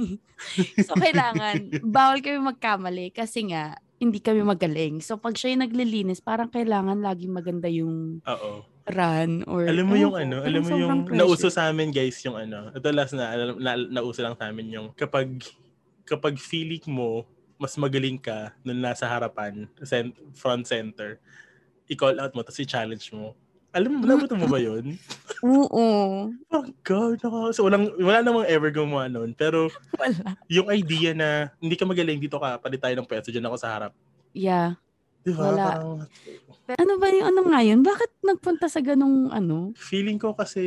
Speaker 2: so kailangan bawal kami magkamali kasi nga hindi kami magaling. So pag siya yung naglilinis, parang kailangan laging maganda yung
Speaker 1: Oo.
Speaker 2: run or
Speaker 1: Alam mo
Speaker 2: Ewan
Speaker 1: yung
Speaker 2: ko,
Speaker 1: ano,
Speaker 2: parang
Speaker 1: alam mo
Speaker 2: sobrang
Speaker 1: yung
Speaker 2: pressure.
Speaker 1: nauso sa amin guys yung ano. Ito last na, alam- na nauso lang sa amin yung kapag kapag feeling mo mas magaling ka nung nasa harapan, cent- front center, i-call out mo, tapos i-challenge mo. Alam mo, nabuto mo ba yun?
Speaker 2: Oo.
Speaker 1: Oh God, naka, so walang, wala namang ever gumawa nun. Pero
Speaker 2: Wala.
Speaker 1: yung idea na hindi ka magaling dito ka, palit tayo ng pwesto, dyan ako sa harap.
Speaker 2: Yeah.
Speaker 1: Di ba?
Speaker 2: Wala.
Speaker 1: Parang
Speaker 2: Pero ano ba yung ano nga yun? Bakit nagpunta sa ganung ano?
Speaker 1: feeling ko kasi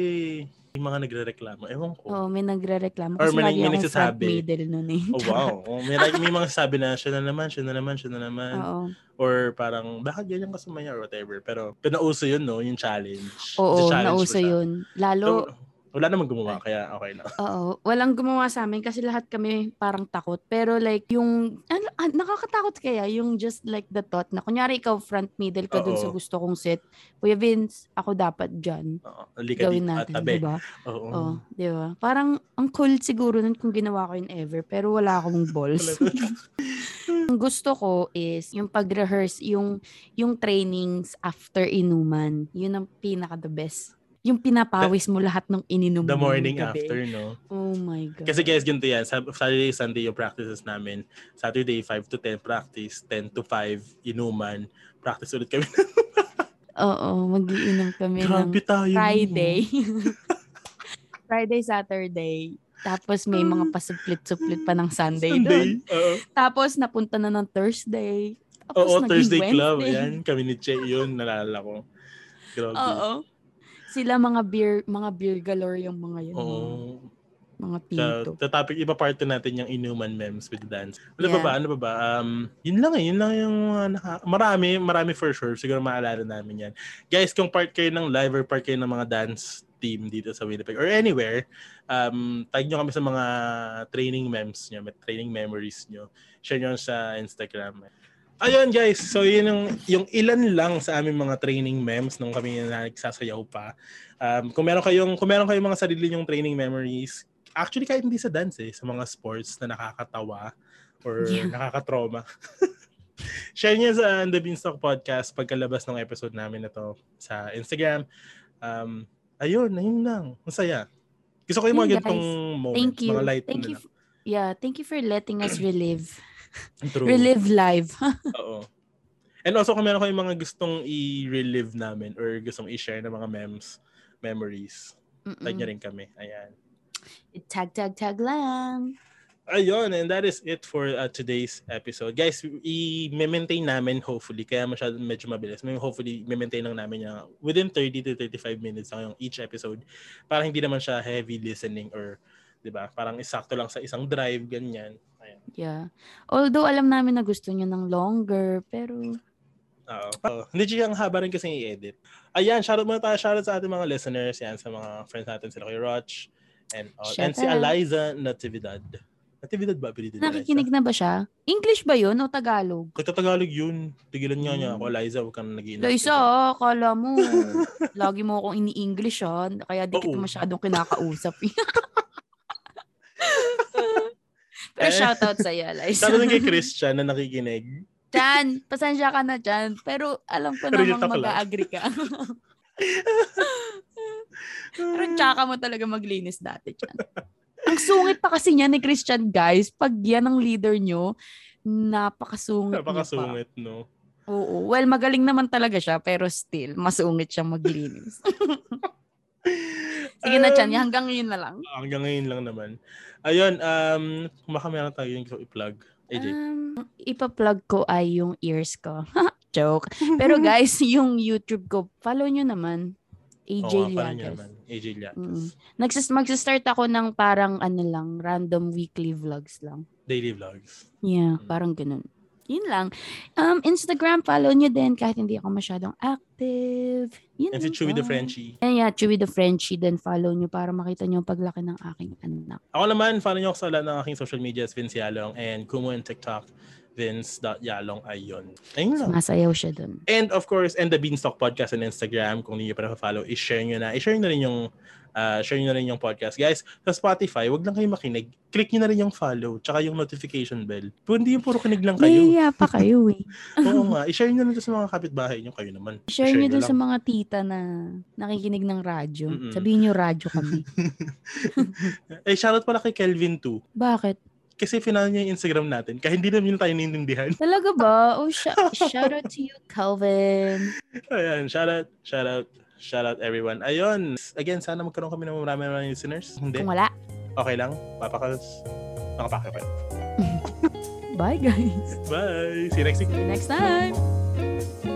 Speaker 1: yung mga nagre-reklamo, ewan ko.
Speaker 2: Oo, Oh, may nagre-reklamo.
Speaker 1: Oh. Or
Speaker 2: Kasi
Speaker 1: may-
Speaker 2: lagi
Speaker 1: may
Speaker 2: akong front
Speaker 1: nagsasabi.
Speaker 2: middle nun eh.
Speaker 1: Oh, wow. Oh, may, like, may mga sabi na, siya na naman, siya na naman, siya na naman.
Speaker 2: Oo.
Speaker 1: Or parang, bakit ganyan ka sumaya or whatever. Pero, pinauso yun, no? Yung challenge.
Speaker 2: Oo,
Speaker 1: Isa-challenge mo
Speaker 2: nauso
Speaker 1: siya.
Speaker 2: yun. Lalo,
Speaker 1: So, Wala namang gumawa, kaya okay lang.
Speaker 2: Oo. Walang gumawa sa amin kasi lahat kami parang takot. Pero like yung, ano, ah, nakakatakot kaya yung just like the thought na kunyari ikaw front middle ka dun sa
Speaker 1: Oo.
Speaker 2: gusto kong sit. Kuya Vince, ako dapat dyan.
Speaker 1: Oo, halika dito
Speaker 2: Gawin
Speaker 1: at
Speaker 2: natin,
Speaker 1: tabi.
Speaker 2: di ba?
Speaker 1: Oo.
Speaker 2: Oo, di ba? Parang ang cool siguro nun kung ginawa ko yun ever. Pero wala akong balls. ang gusto ko is yung pag-rehearse, yung, yung trainings after inuman. Yun ang pinaka-the best. Yung pinapawis mo lahat ng ininom
Speaker 1: The
Speaker 2: mo ngayong
Speaker 1: morning
Speaker 2: gabi.
Speaker 1: after, no?
Speaker 2: Oh my God.
Speaker 1: Kasi guys, ganito yan. Sab- Saturday, Sunday yung practices namin. Saturday, 5 to 10 practice. 10 to 5, inuman. Practice ulit kami.
Speaker 2: Oo, magiinom kami ng
Speaker 1: Grabe tayo. no?
Speaker 2: Friday. Friday, Saturday. Tapos may mga pasuplit-suplit pa ng Sunday, doon.
Speaker 1: Ah. Sunday. Oo.
Speaker 2: Tapos napunta na ng Thursday. Tapos
Speaker 1: Oo,
Speaker 2: naging
Speaker 1: Thursday
Speaker 2: Wednesday.
Speaker 1: club. Yan, kami ni Che yun. Nalala ko. Grabe.
Speaker 2: Oo. Sila mga beer, mga beer galore yung mga yun.
Speaker 1: Oo.
Speaker 2: Mga, mga
Speaker 1: Sa,
Speaker 2: pito.
Speaker 1: sa topic, iba part na natin yung inuman memes with dance. Ano
Speaker 2: Yeah.
Speaker 1: ba ba? Ano ba ba? Um, yun lang eh. Yun lang yung uh, naka- marami, marami for sure. Siguro maalala namin yan. Guys, kung part kayo ng live or part kayo ng mga dance team dito sa Winnipeg or anywhere, um, tag nyo kami sa mga training memes nyo, may training memories nyo. Share nyo sa Instagram. Ayun guys, so yun yung, yung ilan lang sa aming mga training memes nung kami na nagsasayaw pa. Um, kung meron kayong kung meron kayong mga sarili yung training memories, actually kahit hindi sa dance eh, sa mga sports na nakakatawa or
Speaker 2: Yeah.
Speaker 1: nakakatrauma. Share niya sa The Beanstalk Podcast pagkalabas ng episode namin na to sa Instagram. Um, ayun, ayun lang. Masaya. Gusto ko yung
Speaker 2: Ayun,
Speaker 1: mga ganitong moments.
Speaker 2: Thank you.
Speaker 1: Mga light
Speaker 2: Thank
Speaker 1: na
Speaker 2: you.
Speaker 1: lang.
Speaker 2: f- yeah, thank you for letting us relive.
Speaker 1: True.
Speaker 2: Relive live.
Speaker 1: Oo. And also kung meron kayong mga gustong i-relive namin or gustong i-share ng mga memes, memories, tag niyo rin
Speaker 2: Mm-mm.
Speaker 1: kami. Ayan.
Speaker 2: tag, tag, tag lang.
Speaker 1: Ayun, and that is it for uh, today's episode. Guys, i-maintain namin hopefully, kaya masyado medyo mabilis. May hopefully, i-maintain lang namin yung within 30 to 35 minutes lang yung each episode para hindi naman siya heavy listening or 'di ba? Parang isakto lang sa isang drive ganyan. Ayan.
Speaker 2: Yeah. Although alam namin na gusto niyo ng longer, pero
Speaker 1: Oo. Oo. Hindi siya ang haba rin kasi i-edit. Ayan, shoutout muna tayo. Shoutout sa ating mga listeners. Yan, sa mga friends natin. Sila kay Roch. And, all.
Speaker 2: Shout
Speaker 1: and si
Speaker 2: out.
Speaker 1: Eliza Natividad. Natividad ba? Apelido ni Eliza?
Speaker 2: nakikinig na ba siya? English ba yun o Tagalog?
Speaker 1: Kata Tagalog yun. Tigilan nga niya
Speaker 2: Hmm.
Speaker 1: ako. Eliza, huwag ka na nag
Speaker 2: Loisa, ah, kala mo, lagi mo akong ini-English, ah. Kaya di kita
Speaker 1: Oo.
Speaker 2: masyadong kinakausap.
Speaker 1: Eh.
Speaker 2: Pero shoutout sa'yo, Liza.
Speaker 1: Shoutout din kay Christian na nakikinig.
Speaker 2: Chan, pasensya ka na, Chan. Pero alam ko
Speaker 1: Pero yun ako
Speaker 2: namang
Speaker 1: lang.
Speaker 2: mag-agree ka. Pero tsaka mo talaga maglinis dati, Chan. Ang sungit pa kasi niya ni Christian, guys. Pag yan ang leader nyo, napakasungit, niya
Speaker 1: Hmm,
Speaker 2: pa.
Speaker 1: Napakasungit, no?
Speaker 2: Oo. Well, magaling naman talaga siya, pero still, masungit siya maglinis. Sige na, Chan.
Speaker 1: Um,
Speaker 2: Hanggang yun na lang.
Speaker 1: Hanggang ngayon lang naman. Ayun, um, kumaka meron tayo yung gusto i-plug. AJ.
Speaker 2: Um, ipa-plug ko ay yung ears ko. Joke. Pero guys, yung YouTube ko, follow nyo naman. AJ
Speaker 1: Oo nga, parang yun
Speaker 2: Liagas.
Speaker 1: naman. AJ Liagas.
Speaker 2: Mm. Nagsis magsa-start ako ng parang ano lang, random weekly vlogs lang.
Speaker 1: Daily vlogs.
Speaker 2: Yeah,
Speaker 1: Mm.
Speaker 2: parang ganun. Yun lang. Um, Instagram, follow nyo din kahit hindi ako masyadong active. Yun
Speaker 1: And si
Speaker 2: lang
Speaker 1: Chewy the
Speaker 2: po.
Speaker 1: Frenchie.
Speaker 2: And yeah, Chewy the Frenchie, then follow nyo para makita nyo ang paglaki ng aking anak.
Speaker 1: Ako naman, follow niyo ako sa lahat ng aking social medias, Vince Yalong, and Kumu and TikTok, Vince.Yalong, ayun. Ayun lang.
Speaker 2: Masayaw siya dun.
Speaker 1: And of course, and the Beanstalk Podcast on Instagram. Kung hindi nyo pa follow i-share nyo na. I-share nyo na rin yung, ah, share nyo na rin yung podcast. Guys, sa Spotify, wag lang kayo makinig. Click nyo na rin yung follow, tsaka yung notification bell. Pero hindi yung puro kinig lang kayo.
Speaker 2: Nahiya pa kayo eh.
Speaker 1: Oo nga, i-share nyo na rin sa mga kapitbahay nyo. Kayo naman.
Speaker 2: Share nyo dun
Speaker 1: lang.
Speaker 2: sa mga tita na nakikinig ng radyo.
Speaker 1: Mm-mm.
Speaker 2: Sabihin nyo radyo kami.
Speaker 1: Eh, shoutout pala kay Kelvin too.
Speaker 2: Bakit?
Speaker 1: Kasi final niya yung Instagram natin. Kahit hindi namin tayo naiintindihan.
Speaker 2: Talaga ba? Oh, sh- shout out to you, Calvin.
Speaker 1: Ayan, shout out, shout out, shout out everyone. Ayun, again, sana magkaroon kami ng marami mga listeners. Hindi,
Speaker 2: Kung wala,
Speaker 1: okay lang. Papakalas. Nakapakapit.
Speaker 2: bye guys.
Speaker 1: Bye! See you next week.
Speaker 2: See you next time.